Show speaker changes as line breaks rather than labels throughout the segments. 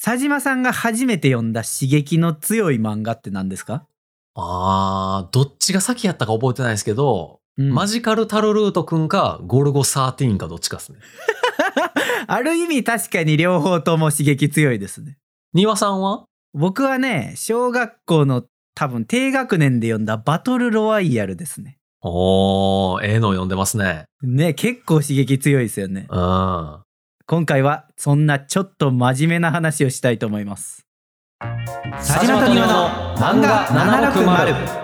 佐島さんが初めて読んだ刺激の強い漫画って何ですか
あー、どっちが先やったか覚えてないですけど、マジカルタルルートくんか、ゴルゴ13かどっちかっすね。
ある意味確かに両方とも刺激強いですね。
庭さんは
僕はね、小学校の多分低学年で読んだバトルロワイヤルですね。
おー、ええのを読んでますね。
ね、結構刺激強いですよね。
うん。は
今回はそんなちょっと真面目な話をしたいと思います。
佐島と庭の漫画760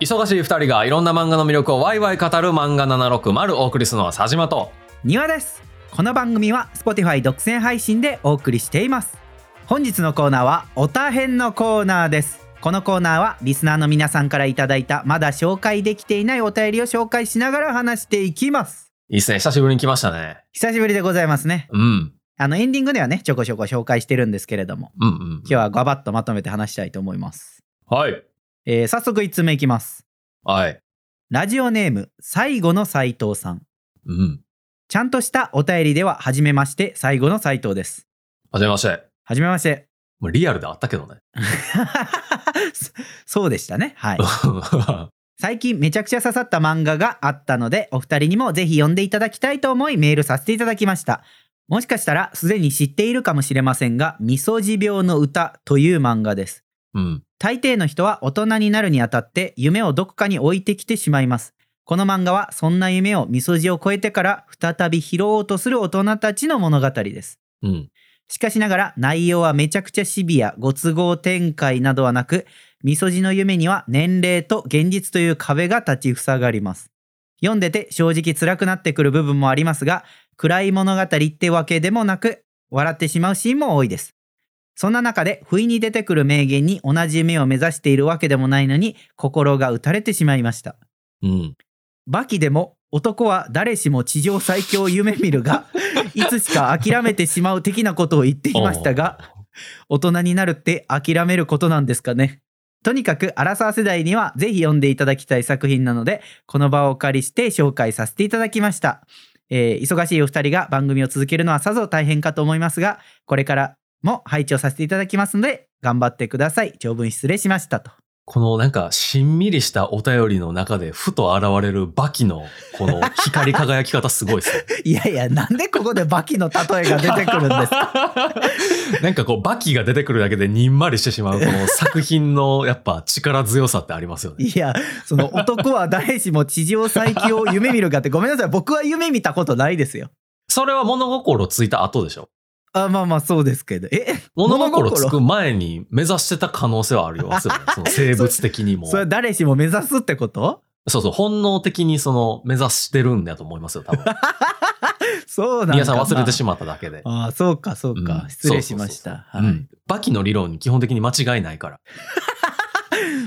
忙しい二人がいろんな漫画の魅力をワイワイ語る漫画760をお送りするのは佐島と。
庭ですこの番組は Spotify 独占配信でお送りしています本日のコーナーはおたへんのコーナーですこのコーナーはリスナーの皆さんからいただいたまだ紹介できていないお便りを紹介しながら話していきます
いいっすね。久しぶりに来ましたね。
久しぶりでございますね
うん。
あのエンディングではねちょこちょこ紹介してるんですけれども
うんうん
今。日はガバッとまとめて話したいと思います、
はい。
えー早速1つ目いきます
はい。
ラジオネーム最後の斉藤さん
うん。
ちゃんとしたお便りでは初めまして最後の斉藤です
はじめまして。
初めまして
まあリアルであったけどね。
そそうでしたね。はい。
は
最近めちゃくちゃ刺さった漫画があったので、お二人にもぜひ読んでいただきたいと思いメールさせていただきました。もしかしたらすでに知っているかもしれませんが、みそじ病の歌という漫画です。
うん。
大抵の人は大人になるにあたって夢をどこかに置いてきてしまいます。この漫画はそんな夢をみそじを超えてから再び拾おうとする大人たちの物語です。
うん。
しかしながら内容はめちゃくちゃシビア、ご都合展開などはなく、みそじの夢には年齢と現実という壁が立ちふさがります。読んでて正直辛くなってくる部分もありますが、暗い物語ってわけでもなく、笑ってしまうシーンも多いです。そんな中で不意に出てくる名言に同じ夢を目指しているわけでもないのに、心が打たれてしまいました。
うん。
バキでも男は誰しも地上最強を夢見るがいつしか諦めてしまう的なことを言っていましたが大人になるって諦めることなんですかねとにかくアラサー世代にはぜひ読んでいただきたい作品なのでこの場をお借りして紹介させていただきました、えー忙しいお二人が番組を続けるのはさぞ大変かと思いますがこれからも配置をさせていただきますので頑張ってください長文失礼しましたと
このなんか、しんみりしたお便りの中で、ふと現れるバキの、この光り輝き方すごいっ すね。
いやいやなんでここでバキの例えが出てくるんです か
なんかこう、バキが出てくるだけでにんまりしてしまう、この作品のやっぱ力強さってありますよね。
いや、その男は誰しも地上最強を夢見るかって、ごめんなさい、僕は夢見たことないですよ。
それは物心ついた後でしょ。
あまあまあ、そうですけど。え
物心
物心
つく前に目指してた可能性はあります よね。その生物的にも。
それは誰しも目指すってこと
そうそう、本能的にその目指してるんだと思いますよ、 多分。
そうなんだ。
皆さん忘れてし
ま
まっただけで。
ああ、そうか、そうか。
うん
失礼しました。
う
はい
ん。バキの理論に基本的に間違いないから。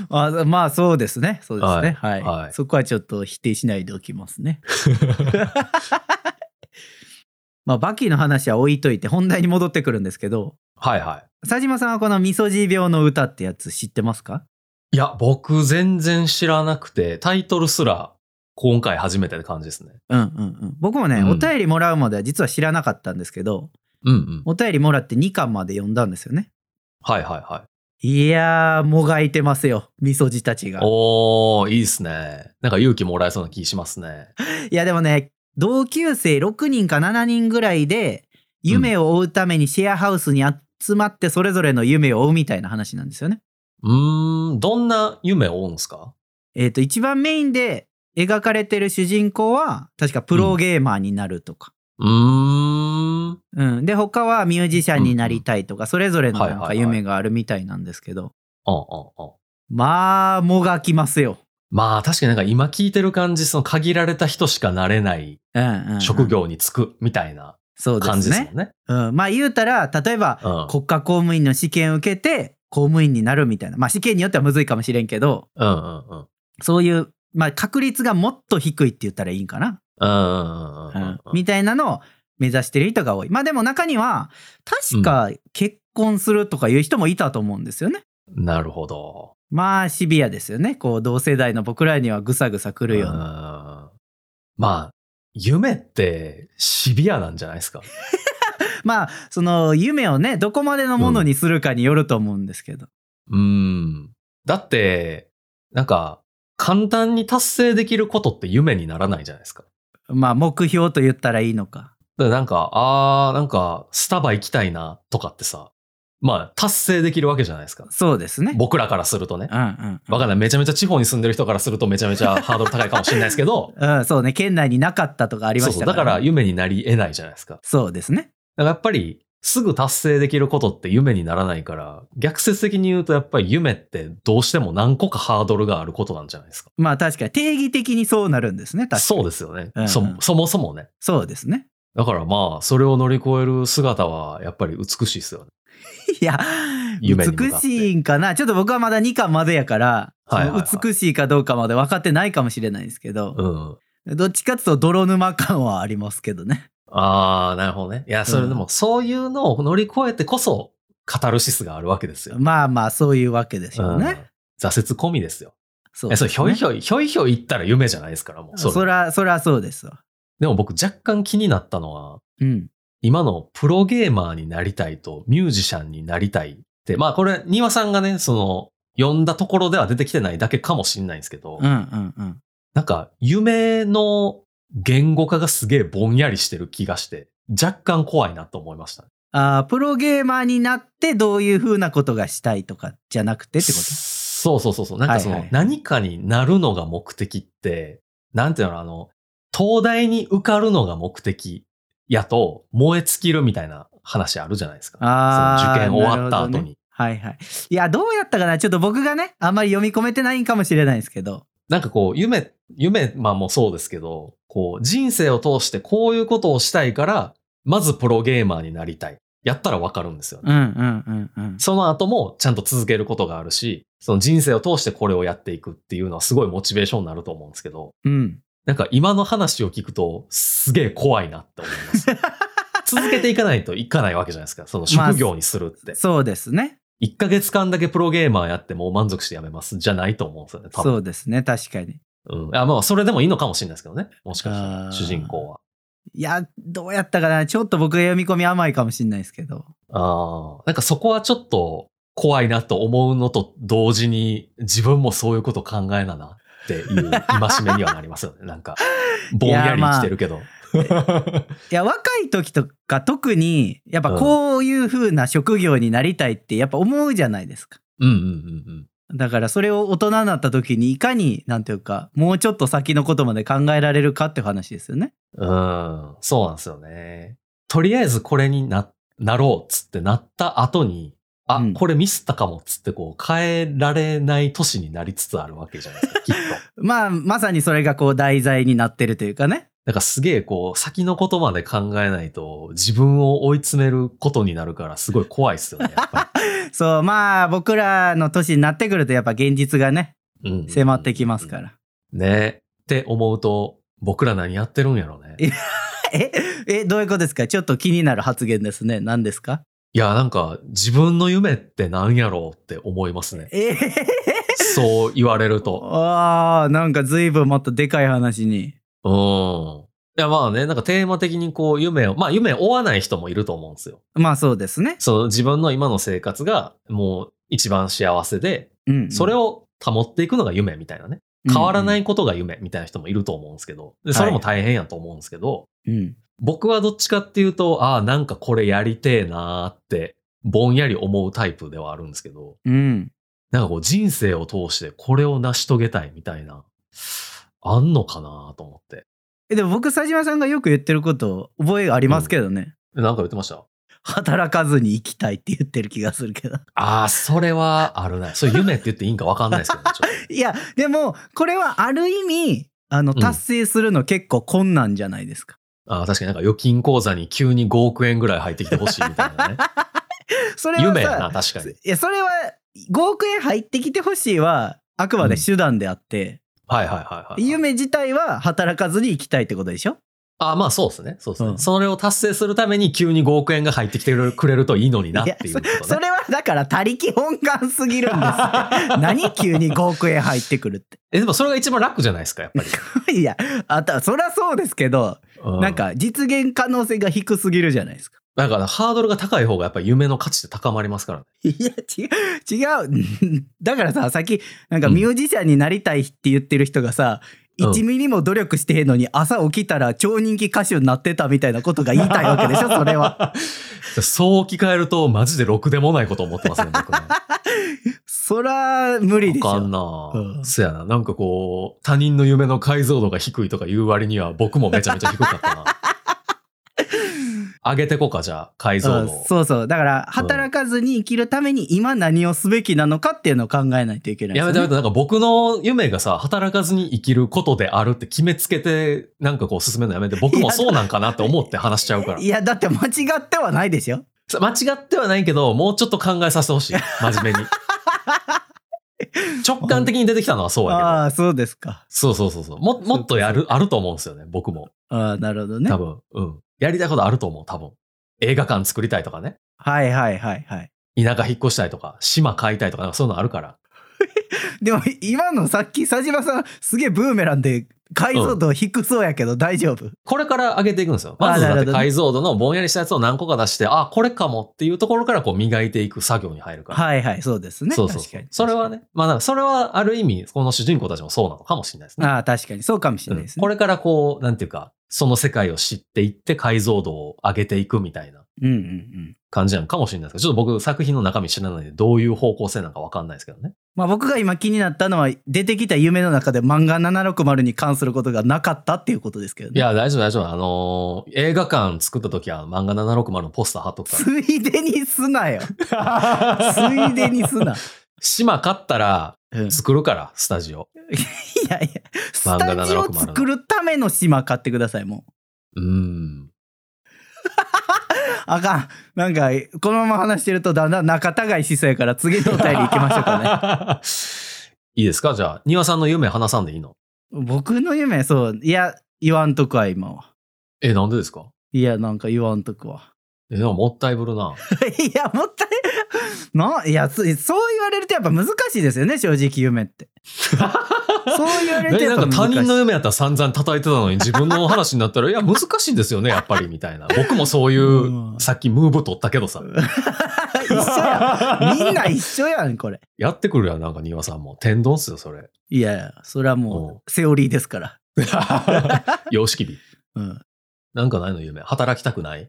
あまあ、そうですね。そうですね。はい。
はい
そこはちょっと否定しないでおきますね。 まあ、バキの話は置いといて、本題に戻ってくるんですけど、
はいは
佐島さんはこのみそじ病の歌ってやつ知ってますか
い。いや、僕全然知らなくて、タイトルすら今回初めてって感じですね。
うんうんうん、僕もね、
うん
お便りもらうまでは実は知らなかったんですけど
うんうん。
お便りもらって2巻まで読んだんですよね
はいはいはい。
いやーもがいてますよみそじたちが
おー、いいっすね。なんか勇気もらえそうな気しますね。
いやでもね同級生6人か7人ぐらいで夢を追うためにシェアハウスに集まってそれぞれの夢を追うみたいな話なんですよね
うーん、どんな夢を追うんすか
えっ、と一番メインで描かれてる主人公は確かプロゲーマーになるとか、
うーん。
うん、で他はミュージシャンになりたいとか、それぞれのなん
はいは
か
いはい
夢があるみたいなんですけど、
うんうんうん。
まあもがきますよ、
まあ確かになんか今聞いてる感じ、その限られた人しかなれない
うんうんうん
職業に就くみたいな
そうで
感
す
じです
ね
もんね。
うん、まあ言うたら例えば
うん
国家公務員の試験受けて公務員になるみたいなまあ試験によってはむずいかもしれんけど
うんうんうん。
そういう、まあ、確率がもっと低いって言ったらいいんかな、
うんうんうんうんう
う
ん
んみたいなのを目指してる人が多いまあでも中には確か結婚するとかいう人もいたと思うんですよね。
うん。なるほど。
まあシビアですよねこう同世代の僕らにはぐさぐさくるよう
うん
な。
まあ、夢ってシビアなんじゃないですか。
まあその夢をねどこまでのものにするかによると思 うんですけど、
うん。だって、なんか、簡単に達成できることって夢にならないじゃないですか。
まあ目標と言ったらいいのか
だからなんか、あー、なんか、スタバ行きたいな、とかってさ、まあ、達成できるわけじゃないですか。
そうですね
僕らからするとね
う。んうん、
わかんない。めちゃめちゃ地方に住んでる人からするとめちゃめちゃハードル高いかもしれないですけど
うん、そうね県内になかった とかありま
そう
し
そう。
た
だ
か
からら
ね、
夢になり得ないじゃないですか。
そうですね
だからやっぱり、すぐ達成できることって夢にならないから、逆説的に言うとやっぱり夢ってどうしても何個かハードルがあることなんじゃないですか。
まあ確かに定義的にそうなるんですね確かに
そうですよね、
うんうん
そ。そもそもね。
そうですね
だからまあ、それを乗り越える姿はやっぱり美しいですよね。
いや
夢に向か
美
って
しいんかなちょっと僕はまだ2巻までやから、
はいはいはい
その美しいかどうかまで分かってないかもしれないですけど、
うん。
どっちかっていうと泥沼感はありますけどね
ああ、なるほどね。いや、それでも、そういうのを乗り越えてこそ、カタルシスがあるわけですよ。
まあまあそういうわけでしょうね、
うん挫折込みですよ。
そ
いや、それ、ひょい
ょ
ひょい、ひょいひょい言ったら夢じゃないですから、もう。それ
そらそらそうですわ
でも僕、若干気になったのは、
うん
今のプロゲーマーになりたいとミュージシャンになりたいって、まあこれ、庭さんがね、その、呼んだところでは出てきてないだけかもしれないんですけど、
うんうんうん
なんか、夢の言語化がすげえぼんやりしてる気がして、若干怖いなと思いました。
あープロゲーマーになってどういうふうなことがしたいとかじゃなくてってこ
そうそうそうそう。なんかその、
はいはい
何かになるのが目的って、なんていうの、あの、東大に受かるのが目的やと燃え尽きるみたいな話あるじゃないですか。
とあ
そ
あ
の受験終わった後に。
はいはいいやどうやったかなちょっと僕がねあんまり読み込めてないんかもしれないですけど
なんかこう、夢、夢、まあもうそうですけど、こう、人生を通してこういうことをしたいから、まずプロゲーマーになりたい。やったらわかるんですよね。
うんうんうんうん
その後もちゃんと続けることがあるし、その人生を通してこれをやっていくっていうのはすごいモチベーションになると思うんですけど、
うん
なんか今の話を聞くとすげえ怖いなって思いま す。続けていかないといかないわけじゃないですか。その職業にするって。
そうですね
1ヶ月間だけプロゲーマーやってもう満足してやめますじゃないと思うんですよね、多分。
そうですね確かに
うん。あまあ、それでもいいのかもしれないですけどね。もしかした
あー
ら、主人公は。
いやどうやったかなちょっと僕が読み込み甘いかもしれないですけど
ああ。なんかそこはちょっと怖いなと思うのと同時に、自分もそういうこと考えななっていう戒めにはなりますよね。 なんか、ぼんやり生きてるけど。
いや若い時とか特にやっぱこういう風な職業になりたいってやっぱ思うじゃないですか
うんうんうんうん。
だからそれを大人になった時にいかになんていうかもうちょっと先のことまで考えられるかっていう話ですよね
うん、そうなんですよね。とりあえずこれにな、なろうっつってなった後に、あ、
うん
これミスったかもっつってこう変えられない年になりつつあるわけじゃないですか、きっと。
まあまさにそれがこう題材になってるというかね
なんかすげえこう先のことまで考えないと自分を追い詰めることになるからすごい怖いっすよね、やっぱ
そうまあ僕らの年になってくるとやっぱ現実がね
り。 うん。
迫ってきますからら
ね。って思うと僕ら何やってるんやろね。
えええどういうことですかちょっと気になる発言ですね何ですか。
いや、なんか自分の夢って何やろうって思います ね
え
そう言われると。
ああなんか随分もっとでかい話に
うん。いやまあね、なんかテーマ的にこう夢を、まあ夢を追わない人もいると思うんですよ。
まあそうですね、
その自分の今の生活がもう一番幸せで、
うんうん、
それを保っていくのが夢みたいなね。変わらないいことが夢みたいな人もいると思うんですけど、でそれも大変やと思うんですけど、
うんうん
僕はどっちかっていうと、ああ、なんかこれやりてえなーって、ぼんやり思うタイプではあるんですけど、
うん、
なんかこう人生を通してこれを成し遂げたいみたいな、あんのかなと思って。
えでも僕佐島さんがよく言ってること覚えありますけどね、
えなんか言ってました
働かずに生きたいって言ってる気がするけど
ああ、それはあるな。それ夢って言っていいんか分かんないですけどね、ちょっ
いやでもこれはある意味あの
うん
達成するの結構困難じゃないですか、
と あー確かになんか預金口座に急に5億円ぐらい入ってきてほしいみたいな ね。
それはさ
夢やな、確かに。
いやそれは5億円入ってきてほしいはあくまで手段であって、
はいはいはいはい。
夢自体は働かずに生きたいってことでしょ
あーまあそうですね。そうですね、
うん
それを達成するために急に5億円が入ってきてくれるといいのになっていうことね。
それはだから他力本願すぎるんです 何急に5億円入ってくるっ
え、でもそれが一番楽じゃないですか、やっぱり。
ていやあとはそりゃそうですけど、
う
なん、か実現可能性が低すぎるじゃないですか
だからハードルが高い方がやっぱり夢の価値って高まりますからね。
いや、違う、違う。だからさ、さっき、なんかミュージシャンになりたいって言ってる人がさ、
うん
1ミリも努力してへんのに朝起きたら超人気歌手になってたみたいなことが言いたいわけでし ょ、それは。
は。そう置き換えると、マジでろくでもないこと思ってます ね、僕ね。
そら、無理でし
あかん
ょ。
な、
うん
そやな。なんかこう、他人の夢の解像度が低いとか言う割には、僕もめちゃめちゃ低かったな。 上げてこか、じゃあ、解像
うん
度を。
そうそう。だから、働かずに生きるために今何をすべきなのかっていうのを考えないといけない、
やめてやめて、なんか僕の夢がさ、働かずに生きることであるって決めつけて、なんかこう進めるのやめて、僕もそうなんかなって思って話しちゃうから
い。や、だって間違ってはないでしょ。
さ間違ってはないけど、もうちょっと考えさせてほしい。真面 目に。直感的に出てきたのはそうやけど。
ああ、そうですか。
そうそうそうそう。も、もっとやる、あると思うんですよね、僕も。
ああ、なるほどね
多。分。うん。やりたいことあると思う、多分。映画館作りたいとかね。
はいはいはいはい。
田舎引っ越したいとか、島買いたいとか、なんかそういうのあるから。
でも、今のさっき、佐島さん、すげえブーメランで解像度低そうやけど大丈夫。
これから上げていくんですよ。まず
あなる
だ
ほ
っ
ど
て
ね
解像度のぼんやりしたやつを何個か出して、あ、これかもっていうところからこう磨いていく作業に入るから。
はいはい、そうですね。
そうそう
確かに。
それはね、まあだからそれはある意味、この主人公たちもそうなのかもしれないですね。
ああ、確かに。そうかもしれないです
こ
ね。
れからこう、なんていうか、その世界を知っていって解像度を上げていくみたいな
うんうんうん。
感じなのかもしれないですけど、ちょっと僕作品の中身知らないんで、どういう方向性なのかわかんないですけどね。
まあ僕が今気になったのは、出てきた夢の中で漫画760に関することがなかったっていうことですけど
い
ね。
や、大丈夫大丈夫。あのー映画館作った時は漫画760のポスター貼っとく
ついでにすなよ。
から。
ついでに すな。
島買ったら
うんい
作るから、スタジオ。
や いや、ス
漫画760
タジオ作るための島買ってください、もう。
うん。
あかん。なんか、このまま話してるとだんだん仲違いしそうやから、次のお便り行きましょうかね。
ね。 いいですかじゃあ、庭さんの夢話さんでいいの
僕の夢、そう。いや、言わんとくわ、今は。
え、なんでですか
いや、なんか言わんとくわ。
え、でももったいぶるな。
いや、もったいな。いや、そそう言われるとやっぱ難しいですよね、正直夢 って。そう言われて
え
や
な
っ
ん
ぱ
か
難しい。
他人の夢やったら散々叩いてたのに自分の話になっ たら、いや、難しいんですよね、やっぱり、みたいな。僕もそういう、
うん
さっきムーブ取ったけどさ。
一緒やん。みんな一緒やん、これ。
やってくるやん、なんか庭さんも。天丼っすよ、それ。
いやいや、それはもう、セオリーですから。
様式日。
うん。
なんかないの、夢。働きたくない
い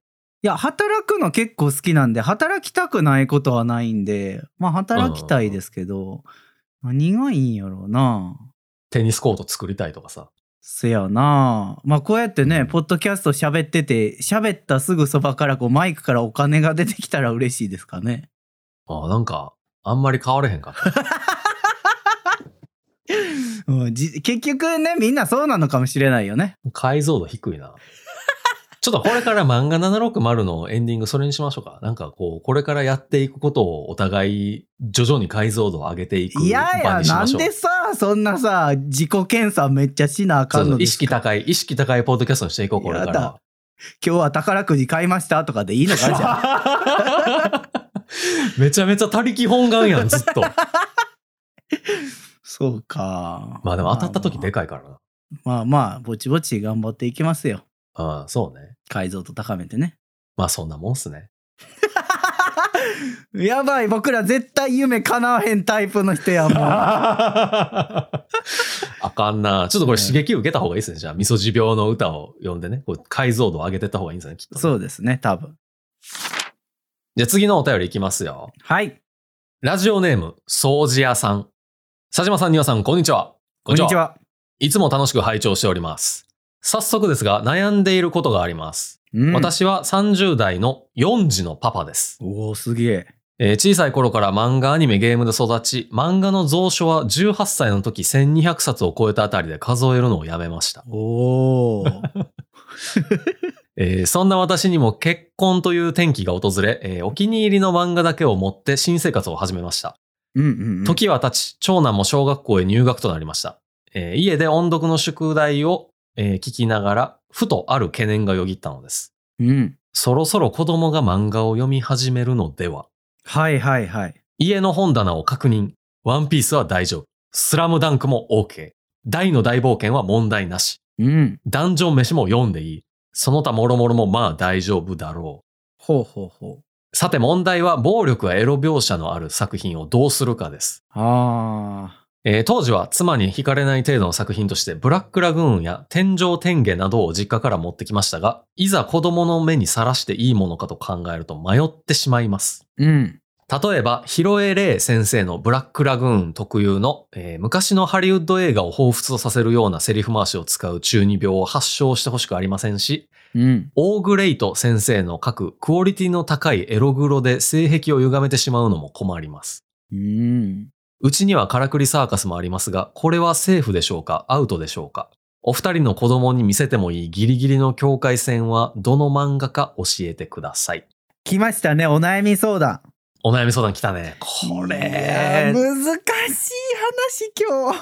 や、働くの結構好きなんで、働きたくないことはないんで、まあ、働きたいですけど、何がいいんやろうな。
テニスコート作りたいとかさ。
せやなまあこうやってねポッドキャスト喋ってて喋ったすぐそばからこうマイクからお金が出てきたら嬉しいですかね
ああ、なんか、あんまり変われへんかった。
うんじ結局ねみんなそうなのかもしれないよね
解像度低いな。 ちょっとこれから漫画760のエンディングそれにしましょうか。なんかこう、これからやっていくことをお互い徐々に解像度を上げていく
いやい
場
や
にし
な
まし
ん
ょう。
でさそんなさ自己検査めっちゃしなあ
そ
か
うんそ
の
う意
です
識高い、意識高いポッドキャストにしていこう、これか
や
ら
だ。今日は宝くじ買いましたとかでいいのかじ ゃあ
めちゃめちゃ他力本願やん、ずっと。
そうか
まあでも当たった時で
か
かいからな。
まあまあぼちぼち頑張っていきますよ
ああ、そうね。
解像度高めてね
まあそんなもんっすね。
やばい僕ら絶対夢叶わへんタイプの人やもう
あかんな。ちょっとこれ刺激受けた方がいいですね。じゃあ、味噌汁病の歌を読んでね、こう解像度を上げてった方がいいんですね、きっとね、
そうですね、多分。
じゃあ次のお便りいきますよ。
はい。
ラジオネーム、掃除屋さん。佐島さん、丹羽さん、こんにちは。
こんにち。は。
いつも楽しく拝聴しております。早速ですが、悩んでいることがあります。
うん、
私は30代の4児のパパです。
おお、すげえ。
えー小さい頃から漫画、アニメ、ゲームで育ち、漫画の蔵書は18歳の時1200冊を超えたあたりで数えるのをやめました。
おお。
えーそんな私にも結婚という転機が訪れ、えーお気に入りの漫画だけを持って新生活を始めました。
うんうんうん。
時は経ち、長男も小学校へ入学となりました。えー家で音読の宿題を、えー聞きながら、ふとある懸念がよぎったのです。
うん。
そろそろ子供が漫画を読み始めるのでは
はいはいはい。
家の本棚を確認。ワンピースは大丈夫。スラムダンクも OK。大の大冒険は問題なし。
うん。
ダンジョン飯も読んでいい。その他諸々もまあ大丈夫だろう。
ほうほうほう。
さて問題は暴力やエロ描写のある作品をどうするかです。
あ
えー当時は妻に惹かれない程度の作品としてブラックラグーンや天井天下などを実家から持ってきましたが、いざ子供の目にさらしていいものかと考えると迷ってしまいます。
あ。うん。
例えば、ヒロエレイ先生のブラックラグーン特有の、えー昔のハリウッド映画を彷彿とさせるようなセリフ回しを使う中二病を発症してほしくありませんし、
うん。
オーグレイト先生の書くクオリティの高いエログロで性癖を歪めてしまうのも困ります。
うん。
うちにはカラクリサーカスもありますが、これはセーフでしょうかアウトでしょうかお二人の子供に見せてもいいギリギリの境界線はどの漫画か教えてください。
来ましたね、お悩み相談。
お悩み相談来たね。こ
いやー
れ、
難しい話、今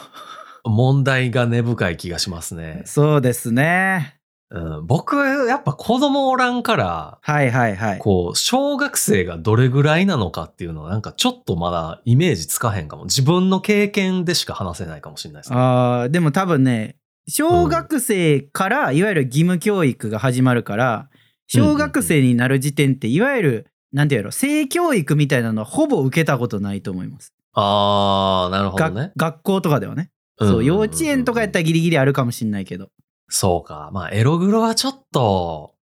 問題が根深い気がしますね
日。。そうですね。
うん、僕、やっぱ子供おらんから、
はいはいはい。
こう、小学生がどれぐらいなのかっていうのは、なんかちょっとまだイメージつかへんかも。自分の経験でしか話せないかもしれないですね。
あーでも多分ね小学生からいわゆる義務教育が始まるから小学生になる時点っていわゆるなんていうやろ性教育みたいなのはほぼ受けたことないと思います、
あー、なるほど
が
ね。
学校とかではね、そう幼稚園とかやったらギリギリあるかもしんないけど
そうか。まあ、エログロはちょっと、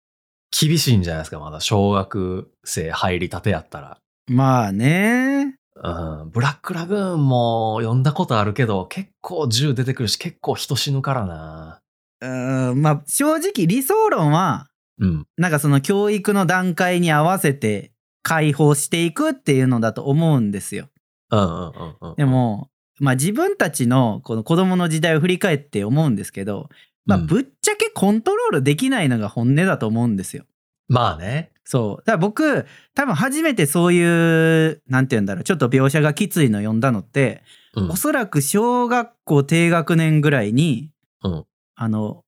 厳しいんじゃないですか。まだ小学生入りたてやったら。
まあね
うん。ブラックラグーンも読んだことあるけど、結構銃出てくるし、結構人死ぬからな。
うーんまあ正直理想論は
うん。
なんかその教育の段階に合わせて解放していくっていうのだと思うんですよ
うんうんうんうん。
でも、まあ、自分たちのこの子供の時代を振り返って思うんですけど、まあ、
うん
ぶっちゃけコントロールできないのが本音だと思うんですよ。
まあね。
そう。だから僕、多分初めてそういう、なんて言うんだろう、ちょっと描写がきついの読んだのって、
うん
お。そらく小学校低学年ぐらいに、
うん
あの、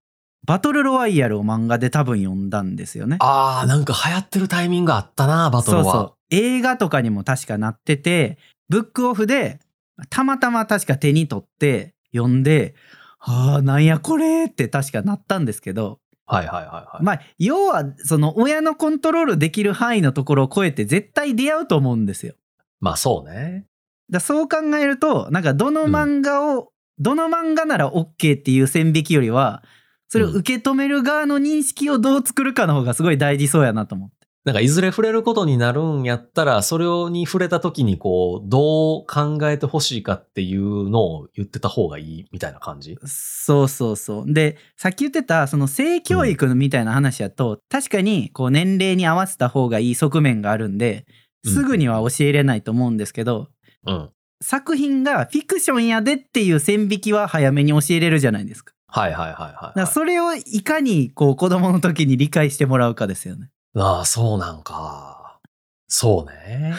バトルロワイヤルを漫画で多分読んだんですよね。
あー、なんか流行ってるタイミングあったな、バトルは。
そうそう映画とかにも確かなっててブックオフでたまたま確か手に取って読んで「あーなんやこれ」って確かなったんですけど
はいはいはいはい。
まあ要はその親のコントロールできる範囲のところを超えて絶対出会うと思うんですよ。
まあそうね。
だそう考えるとなんかどの漫画を、どの漫画なら OK っていう線引きよりはそれを受け止める側の認識をどう作るかの方がすごい大事そうやなと思って。
なんかいずれ触れることになるんやったら、それに触れた時にこう、どう考えてほしいかっていうのを言ってた方がいいみたいな感じ。
そうそうそう。で、さっき言ってた、その性教育みたいな話やと、確かにこう年齢に合わせた方がいい側面があるんで、すぐには教えれないと思うんですけど、
うん。
作品がフィクションやでっていう線引きは早めに教えれるじゃないですか。
はいはいはいはい、
だからそれをいかにこう子供の時に理解してもらうかです よね。
ああ、そうなんか。そ うね。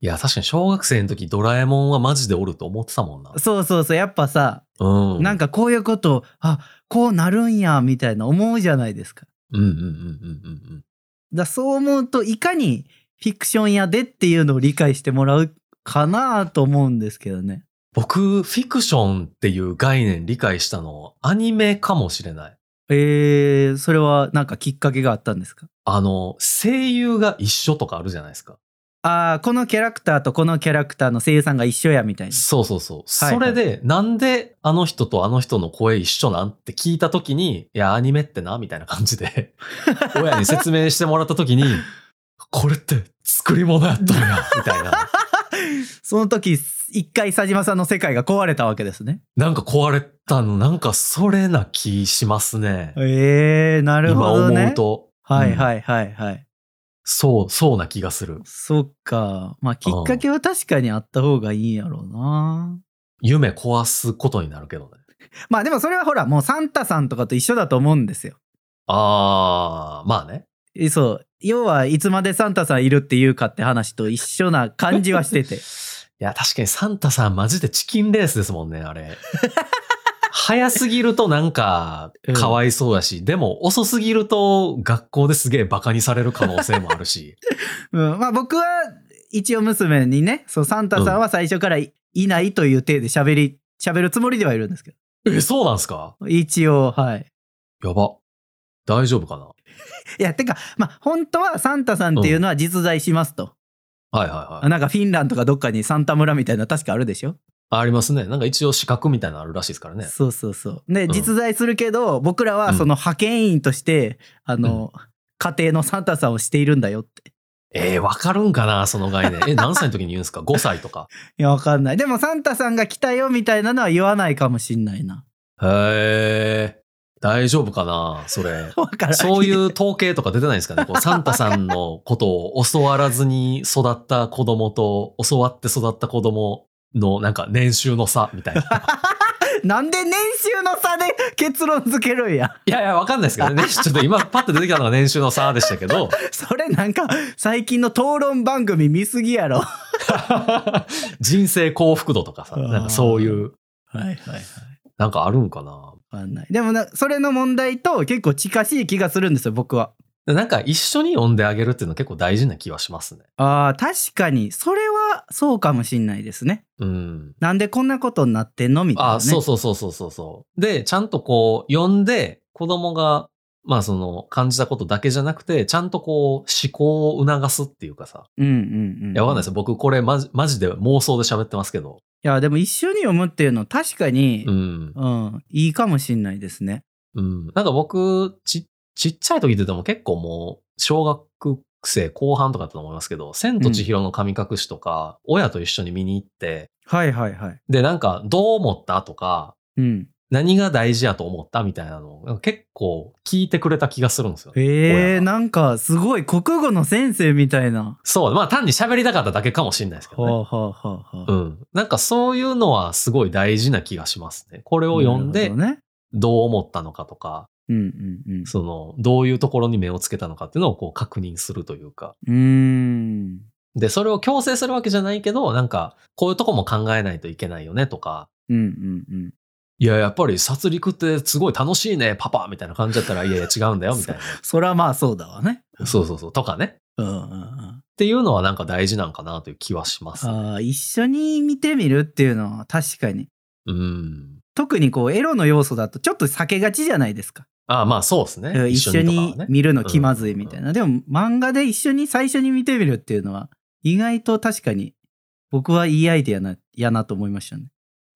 いや、確かに小学生の時ドラえもんはマジでおると思ってたもんな。
そうそうそう、やっぱさ、
うん。
なんかこういうこと、あ、こうなるんや、みたいな思うじゃないですか。
うんうんうんうんうんうん。
だそう思うといかにフィクションやでっていうのを理解してもらうかなと思うんですけどね。
僕、フィクションっていう概念理解したの、アニメかもしれない。
えー、それはなんかきっかけがあったんですか
あの、声優が一緒とかあるじゃないですか。
ああこのキャラクターとこのキャラクターの声優さんが一緒やみたいな。
そうそうそう。
はい
それで、なんであの人とあの人の声一緒なんって聞いたときに、いや、アニメってな、みたいな感じで、 親に説明してもらったときに、これって作り物やったん や、みたいな。
その時一回佐島さんの世界が壊れたわけですね。
なんか壊れたの、なんかそれな気しますね。
えー、なる
今
ほどね。
思うと。
はい
い。
はいはいはい。
そう、そうな気がする。
そっか。まあきっかけは確かにあった方がいいんやろうな。
夢壊すことになるけどね。
まあでもそれはほらもうサンタさんとかと一緒だと思うんですよ。
あー、まあね。
えそう要はいつまでサンタさんいるっていうかって話と一緒な感じはしてて
いや、確かにサンタさんマジでチキンレースですもんね、あれ。早すぎるとなんか、かわいそうやし、でも遅すぎると学校ですげえバカにされる可能性もあるし。
うん、まあ僕は一応娘にねそうサンタさんは最初からい,、ないという体で喋り喋るつもりではいるんですけ
え、そうなんすか
ど一応はい
やば。大丈夫かな
いや、てか、まあ、本当はサンタさんっていうのは実在しますと。
はいはいはい。
なんかフィンランドかどっかにサンタ村みたいな確かあるでしょ、
ありますね。なんか一応資格みたいなのあるらしいですからね。
そうそうそう。で、
ん
実在するけど、僕らはその派遣員として、あの、家庭のサンタさんをしているんだよって。
えー、わかるんかなその概念。え、何歳の時に言うんですか ?5 歳とか。
いや、わかんない。でも、サンタさんが来たよみたいなのは言わないかもしんないな。
へえ。大丈夫かなそれ。
わからない
そういう統計とか出てないんですかねこうサンタさんのことを教わらずに育った子供と教わって育った子供のなんか年収の差みたいな。
なんで年収の差で結論付けるんや。
いやいや、わかんないですけどね。 ちょっと今パッと出てきたのが年収の差でしたけ ど。
それなんか、最近の討論番組見すぎや ろ。は
人生幸福度とかさ、
あー
なんかそういう、
いはいはい。
なんかあるんかな
わかんない。でもな、それの問題と結構近しい気がするんですよ、僕は。
なんか一緒に読んであげるっていうのは結構大事な気はしますね。
ああ、確かに、それはそうかもしんないですね。
うん。
なんでこんなことになってんのみたいな、ね。
あ、そうそうそうそうそうそう。で、ちゃんとこう、読んで、子供が、まあその、感じたことだけじゃなくて、ちゃんとこう、思考を促すっていうかさ。
う。うんうんうん。
いや、わかんないですよ。僕これマジ、マジで妄想で喋ってますけど。
いや、でも一緒に読むっていうの確かに
う、ん。
うん、いいかもしんないですね。
うん。なんか僕、ち、ちっちゃい時って言っても結構もう、小学生後半とかだと思いますけど、千と千尋の神隠しとか、親と一緒に見に行って、
はいはいはい。
で、なんか、どう思ったとか、
うん。
何が大事やと思ったみたいなのをなんか結構聞いてくれた気がするんですよね。
へえ
親
ー、
が
なんかすごい国語の先生みたいな。
そう。まあ単に喋りたかっただけかもしれないですけど
はあ
ね。
はあはあはあ。
うん。なんかそういうのはすごい大事な気がしますね。これを読ん
な
で
るほどね。
どう思ったのかとか、
うんうんうん。
その、どういうところに目をつけたのかっていうのをこう確認するというか。
うーん。
で、それを強制するわけじゃないけど、なんか、こういうとこも考えないといけないよねとか、
うんうんうん。
いや、やっぱり殺戮ってすごい楽しいね、パパみたいな感じだったら、いやいや違うんだよ、みたい
そりゃまあ そうだわね。
な。そうそうそう、とかね。
うんうんうん。
っていうのはなんか大事なんかなという気はします。
ああ、一緒に見てみるっていうのは確かに。
うん。
特にこうエロの要素だとちょっと避けがちじゃないですか。
あまあそうですね。
一緒に
とかはね
見るの気まずいみたいな。でも漫画で一緒に最初に見てみるっていうのは意外と確かに僕はいいアイデアな、やなと思いましたね。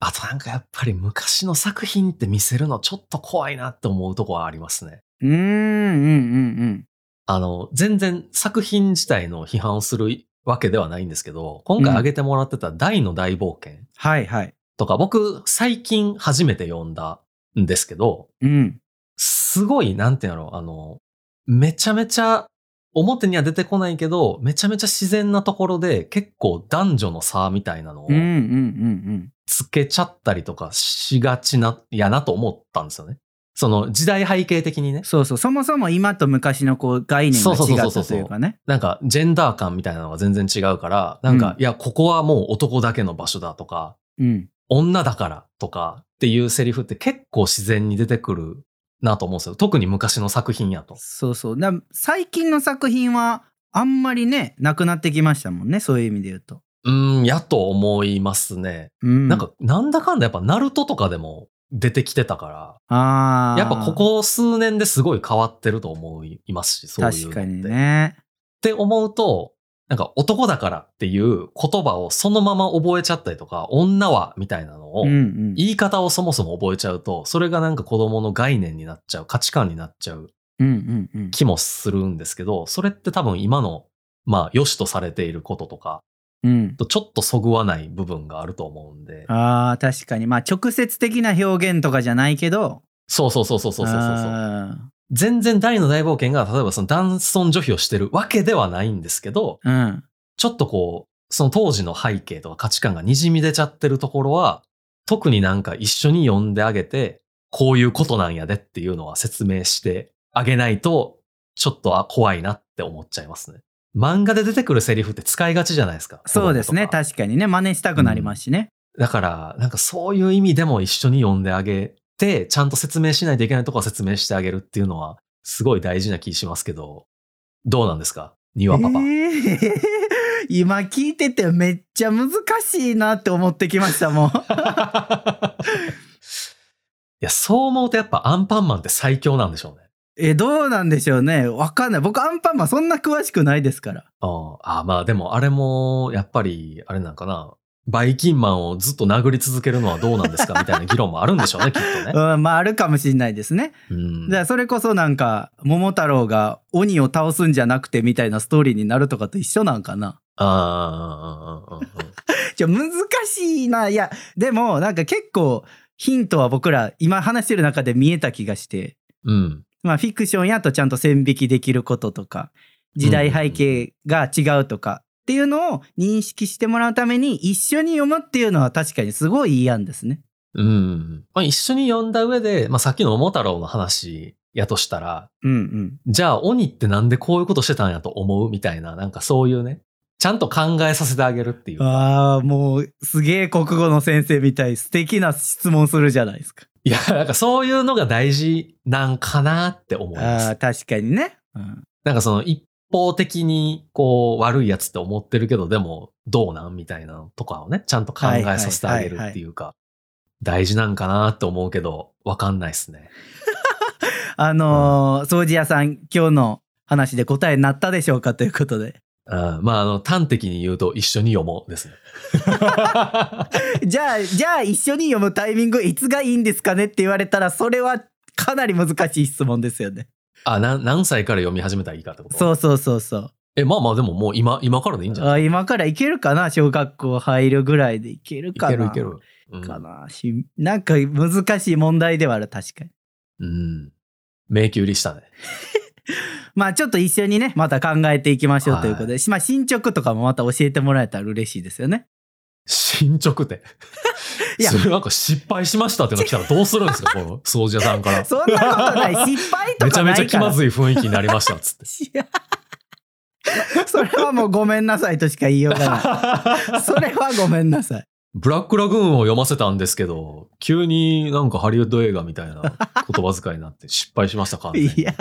あとなんかやっぱり昔の作品って見せるのちょっと怖いなって思うとこはありますね。
うーん、うんうん
あの、全然作品自体の批判をするわけではないんですけど、今回挙げてもらってた大の大冒険
はいはい。
とか、僕最近初めて読んだんですけど、
うん。
すごい、なんていうの、あの、めちゃめちゃ、表には出てこないけど、めちゃめちゃ自然なところで結構男女の差みたいなのを
うんうんうん
つけちゃったりとかしがちな、やなと思ったんですよね。その時代背景的に
う
ね
ん。、そうそう。そもそも今と昔のこう概念が
そうそうそ
違
う
っ
そう
た
そ
とい
う
うかね。
なんかジェンダー感みたいなのが全然違うから、なんか、
う
いや、ここはもう男だけの場所だとか、
うん。
女だからとかっていうセリフって結構自然に出てくるなと思うんですよ。特に昔の作品やと。
そうそう。だ最近の作品はあんまりね、なくなってきましたもんね。そういう意味で言うと。
うーん、やと思いますね。
うん。
なんか、なんだかんだやっぱナルトとかでも出てきてたか
あ
ら、
あ。
やっぱここ数年ですごい変わってると思いますし、そういう
確
のって。
かにね。
って思うと、なんか男だからっていう言葉をそのまま覚えちゃったりとか、女はみたいなのを、
うんうん。
言い方をそもそも覚えちゃうと、それがなんか子供の概念になっちゃう、価値観になっちゃう
うんうんうん。
気もするんですけど、それって多分今の、まあ、良しとされていることとか、
うん。
とちょっとそぐわない部分があると思うんで、
ああ、確かに。まあ、直接的な表現とかじゃないけど。
そうそうそうそうそうそうそう。
あ
全然大の大冒険が、例えばその男尊女卑をしてるわけではないんですけど、
ーうん。
ちょっとこう、その当時の背景とか価値観が滲み出ちゃってるところは、特になんか一緒に読んであげて、こういうことなんやでっていうのは説明してあげないと、ちょっとあ怖いなって思っちゃいますね。漫画で出てくるセリフって使いがちじゃないですか。
そうですね。
子供とか
確かにね。真似したくなりますしね。
だから、なんかそういう意味でも一緒に読んであげて、ちゃんと説明しないといけないところは説明してあげるっていうのは、すごい大事な気しますけど、どうなんですか庭パパ。
えー 今聞いててめっちゃ難しいなって思ってきましたもん。
いや、そう思うとやっぱアンパンマンって最強なんでしょうね。
え、どうなんでしょうね。わかんない。僕、アンパンマンそんな詳しくないですから。
ああ、まあでもあれも、やっぱり、あれなんかな。バイキンマンをずっと殴り続けるのはどうなんですかみたいな議論もあるんでしょうね、きっとね。
うん、まあ、あるかもしれないですね。
うん
だからそれこそなんか、桃太郎が鬼を倒すんじゃなくてみたいなストーリーになるとかと一緒なんかな。
あーあー、あーあーあー
じゃ難しいな。いや、でもなんか結構ヒントは僕ら今話してる中で見えた気がして、
うん。
まあフィクションやとちゃんと線引きできることとか、時代背景が違うとかっていうのを認識してもらうために一緒に読むっていうのは確かにすごいいい案ですね。
うん。まあ、一緒に読んだ上で、まあ、さっきの桃太郎の話やとしたら、
うんうん。
じゃあ鬼ってなんでこういうことしてたんやと思うみたいな、なんかそういうね、ちゃんと考えさせてあげるっていう。
ああ、もうすげえ国語の先生みたい素敵な質問するじゃないですか。
いや、なんかそういうのが大事なんかなって思いま
ああ
す。
ー、確かにね。うん
なんかその一方的にこう悪いやつって思ってるけど、でもどうなんみたいなとかをね、ちゃんと考えさせてあげるっていうか、大事なんかなって思うけど、わかんないですね。
あのー掃除屋さん、今日の話で答えになったでしょうかということで。
うんまあ、あの、端的に言うと一緒に読もうですね。
じゃあ、じゃあ一緒に読むタイミングいつがいいんですかねって言われたら、それはかなり難しい質問ですよね。
あ、な何歳から読み始めたらいいかってこと。
そううそうそうそう。
え、まあまあでももう今、今からでいいんじゃない
あ今からいけるかな小学校入るぐらいでいける
い
かな
けるいける。うん
かなしなんか難しい問題ではある、確かに。
うん。迷宮入りしたね。
まあちょっと一緒にね、また考えていきましょうということで、まあ進捗とかもまた教えてもらえたら嬉しいですよね。
進捗って。
いや
それなんか失敗しましたっての来たらどうするんで すかこの掃除屋さんから。
そんなことない。失敗と
めち
か
ゃ
ないから。
めちゃ気まずい雰囲気になりましたっつ って。
いや それはもうごめんなさいとしか言いようが ない。それはごめんなさい。
ブラックラグーンを読ませたんですけど、急になんかハリウッド映画みたいな言葉遣いになって失敗しましたか
いや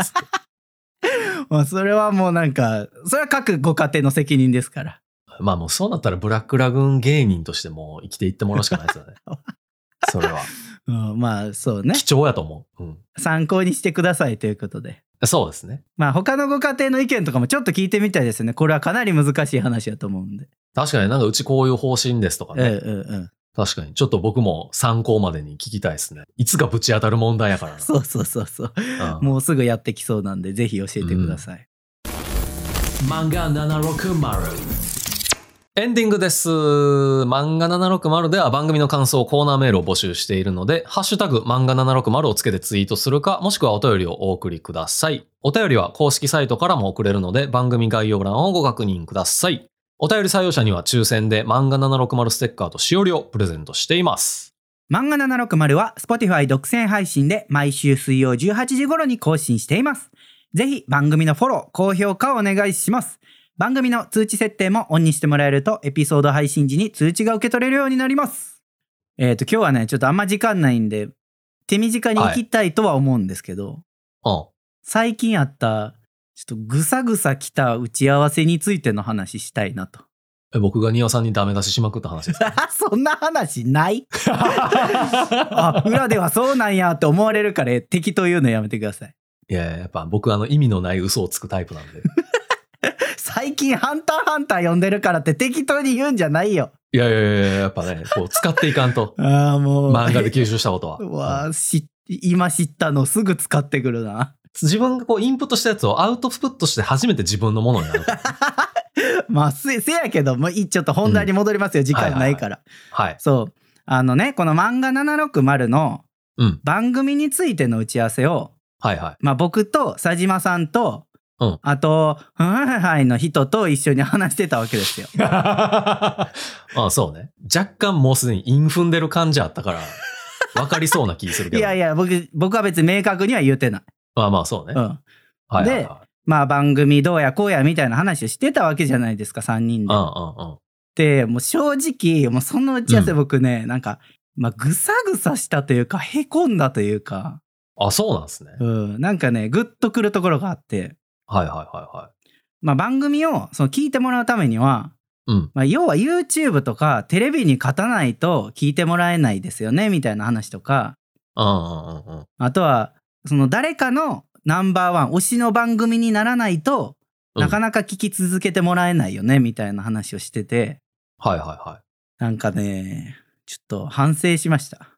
まあそれはもうなんか、それは各ご家庭の責任ですから。
まあもうそうなったらブラックラグーン芸人としても生きていってもらうしかないですよ ね。それは。
うん、まあそうね。
貴重やと思う。うん。
参考にしてくださいということで。
そうですね。
まあ他のご家庭の意見とかもちょっと聞いてみたいですね。これはかなり難しい話だと思うんで。
確かになんかうちこういう方針ですとか
うん
ね。
うんうん。
確かに。ちょっと僕も参考までに聞きたいですね。いつかぶち当たる問題やからな。
そうそうそうそう。
うん
もうすぐやってきそうなんで、ぜひ教えてください。
漫画760エンディングです。漫画760では番組の感想、コーナーメールを募集しているので、ハッシュタグ漫画760をつけてツイートするか、もしくはお便りをお送りください。お便りは公式サイトからも送れるので、番組概要欄をご確認ください。お便り採用者には抽選で漫画760ステッカーとしおりをプレゼントしています。
漫画760は Spotify 独占配信で毎週水曜18時頃に更新しています。ぜひ番組のフォロー、高評価をお願いします。番組の通知設定もオンにしてもらえるとエピソード配信時に通知が受け取れるようになります。えっ、と今日はね、ちょっとあんま時間ないんで手短に行きたいとは思うんですけど、
うん。
最近あったちょっとぐさぐさきた打ち合わせについての話したいなと。
え僕がニオさんにダメ出ししまくった話で すか
そんな話ない あ裏ではそうなんやって思われるから適当言うのやめてください。
いやいや、やっぱ僕あの意味のない嘘をつくタイプなんで。
最近ハンターハンター読んでるからって適当に言うんじゃないよ。。
いやいやいやいや、やっぱね、こう使っていかんと
ああ、もう。
漫画で吸収したことは。
う
う
わ
ん
ーし今知ったのすぐ使ってくるな。
自分がこうインプットしたやつをアウトプットして初めて自分のものに なるから。
まあ、せせやけど、もういちょっと本題に戻りますよ。時間ないから。
はい。
そう。あのね、この漫画760の
うん
番組についての打ち合わせを、
はいはい。
まあ、僕と佐島さんと、
うん
あと、ふんはいはいの人と一緒に話してたわけですよ。
ああそうね。若干もうすでにイン踏んでる感じあった から、わかりそうな気するけ
い
ど。
やいや、僕、僕は別に明確には言ってない。
まあまあそうね。
うん。
はいはい、はい。
まあ番組どうやこうやみたいな話をしてたわけじゃないですか、3人
う
で
ん。うんうん。
で、もう正直、もうその打ち合わせ僕ね、なんか、まあぐさぐさしたというか、へこんだというか、
あ、そうなんですね。
うん、なんかね、グッとくるところがあって、
はいはいはいはい。
まあ番組をその聞いてもらうためには、
うん。
まあ、要は YouTube とかテレビに勝たないと聞いてもらえないですよねみたいな話とか
うんうんうんうん。
あとはその誰かのナンバーワン推しの番組にならないと
うん
なかなか聞き続けてもらえないよね、みたいな話をしてて
はいはいはい。
なんかねちょっと反省しました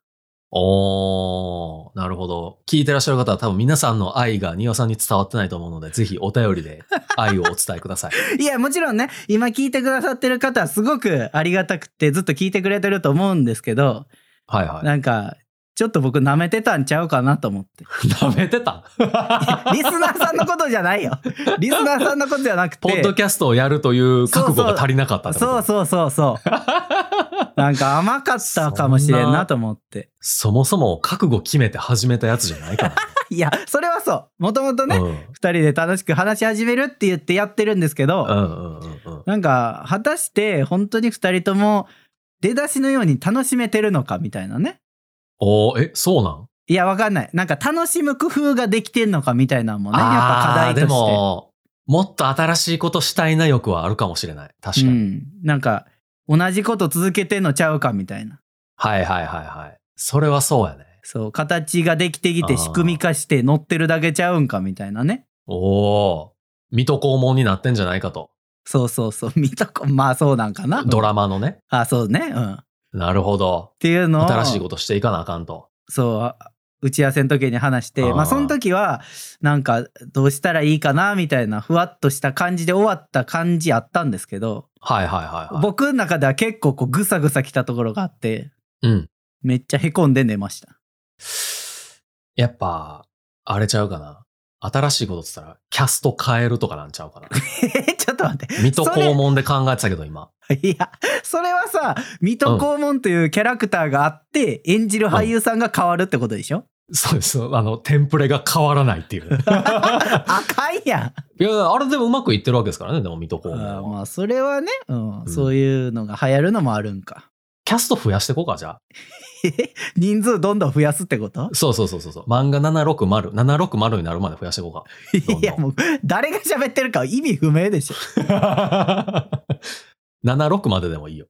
おー、なるほど。聞いてらっしゃる方は多分皆さんの愛が庭さんに伝わってないと思うので、ぜひお便りで愛をお伝えください。
いやもちろんね今聞いてくださってる方はすごくありがたくてずっと聞いてくれてると思うんですけど
はいは
なんかちょっと僕舐めてたんちゃうかなと思って
い。 舐めてた
リスナーさんのことじゃないよリスナーさんのことじゃなくて
ポッドキャストをやるという覚悟が足りなかったってこと
そうそうそう そう。なんか甘かったかもしれんなと思って。
そもそも覚悟決めて始めたやつじゃないか
いや、それはそう。もともと
ら。
ね、
う
二、人
ん
で楽しく話し始めるって言ってやってるんですけど、
うんうんうんうん。
なんか、果たして本当に二人とも出だしのように楽しめてるのかみたいなね。
おーえ、そうなん
いや、わかんない。なんか楽しむ工夫ができてんのかみたいなのもね、やっぱ課
あー
題として。
でも、もっと新しいことしたいな欲はあるかもしれない。確か
う
に。
ん。なんか、同じこと続けてんのちゃうかみたいな。
はいはいはいはい。それはそうやね。
そう、形ができてき
あ
て
ー
仕組み化して乗ってるだけちゃうんかみたいなね。
おおー水戸黄門になってんじゃないかと。
そうそうそう。 見たこ、まあそうなんかな。
ドラマのね。
あ、そうね。うん。っ
なるほど。
ていうのを、
新しいことしていかなあかんと。
そう、あ打ち合わせの時に話して、
あー
まあその時は、なんかどうしたらいいかな、みたいな、ふわっとした感じで終わった感じあったんですけど、
はいはいはい、はい。
僕の中では結構こうぐさぐさきたところがあって、
うん。
めっちゃへこんで寝ました。
やっぱ、あれちゃうかな。新しいことって言ったら、キャスト変えるとかなんちゃ うかな。
えちょっと待って。
水戸黄門で考えてたけど今。
いや、それはさ、水戸黄門というキャラクターがあって、演じる俳優さんが変わるってことでしょ、
そうです。あの、テンプレが変わらないっていう。
あかんやん。
いや、あれでもうまくいってるわけですからね、でも水戸黄門
あー
は。
まあそれはね、うん
うん
そういうのが流行るのもあるんか
キャスト増やしていこうか、じゃあ。
人数どんどん増やすってこと
そうそうそうそうそう。漫画760、760になるまで増やしていこう か。どんどん
いやもう誰が喋ってるか意味不明でしょ
76まででもいいよ。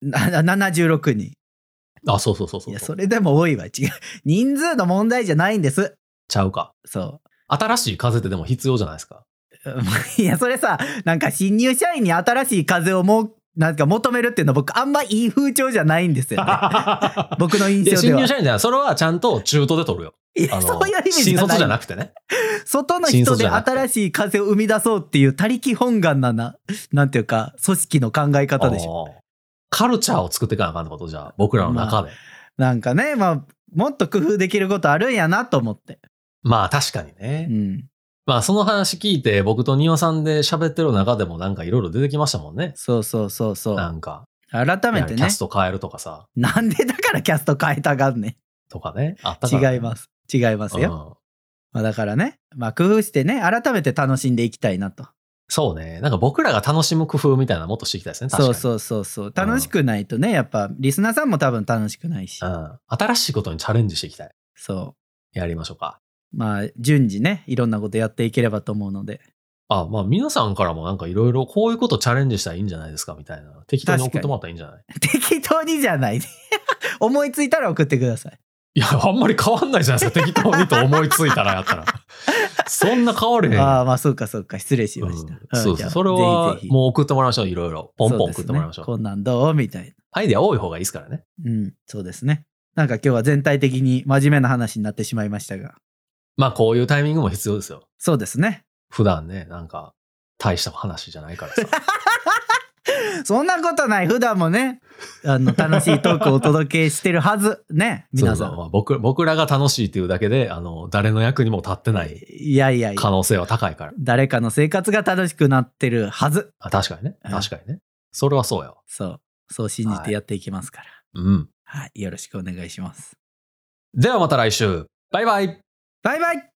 な76人
あ、そうそうそう
い
そ
うやそれでも多いわ違う人数の問題じゃないんです
ちゃうか。
そ
新しい風ってでも必要じゃないです か。
う うんいやそれさなんか新入社員に新しい風をもうなんか求めるっていうの僕あんまいい風潮じゃないんですよ、ね、 僕の印
いや
象で
新
は
入社員じゃない。それはちゃんと中途で取るよ。
いや
あの
そういう意味じ
新
ゃな
卒
い
じゃなくてね。
外の
新
人
卒じ
で
ゃなくて
新しい風を生み出そうっていう他力本願なな、なんていうか、組織の考え方でしょ。
あーカルチャーを作っていかなあかんってことじゃあ、僕らの中で。
なんかね、まあ、もっと工夫できることあるんやなと思って。
まあ確かにね
う。ん。
まあその話聞いて、僕と庭さんで喋ってる中でもなんかいろいろ出てきましたもんね。
そうそうそうそう。
なんか、
改めて
キャ
ね
ス、ト変えるとかさ、
なんでだからキャスト変えたがんね
とかね。あった
ん。
から
違います。違いますよ。
う
ま
ん
あ、だからね、まあ、工夫してね、改めて楽しんでいきたいなと。
そうね。なんか僕らが楽しむ工夫みたいなのもっとしていきたいですね。確
そ
か
う
に。
そうそうそう。楽しくないとね、やっぱ、リスナーさんも多分楽しくないし
う。ん。新しいことにチャレンジしていきたい。
そ
やりましょうか。
う。まあ、順次ね、いろんなことやっていければと思うので。
あ、まあ皆さんからもなんかいろいろこういうことチャレンジしたらいいんじゃないですかみたいな。適当に送ってもらったらいいんじゃない
適当にじゃない 思いついたら送ってください
いや、あんまり変わんないじゃないですか。適当にと思いついたらやったら。そんな変われへんよ。
ああまあそうかそうか失礼しました、
うん
ん
そう
じ
そ
ゃ
う。
あ
それは
ぜひぜひ
もう送ってもらいましょう。いろいろ。ポンポン
そうですね
送ってもらいましょう。
こんなんどうみたい
アイデア多い方がいいですからね。
なうんそうですねなんか今日は全体的に真面目な話になってしまいましたが
まあこういうタイミングも必要ですよ。
そうですね
普段ね、なんか大した話じゃないからさ。
そんなことない普段もねあの楽しいトークをお届けしてるはずね 皆さん
そうそうまあ僕僕らが楽しいっていうだけで、あの、誰の役にも立ってない
いやいやいや
可能性は高いから。
誰かの生活が楽しくなってるはず
あ確かにね。
うん
確かにね。それはそうよ。
そうそう信じてやっていきますから、
うん。
はい、よろしくお願いします
ではまた来週。バイバイ。
バイバイ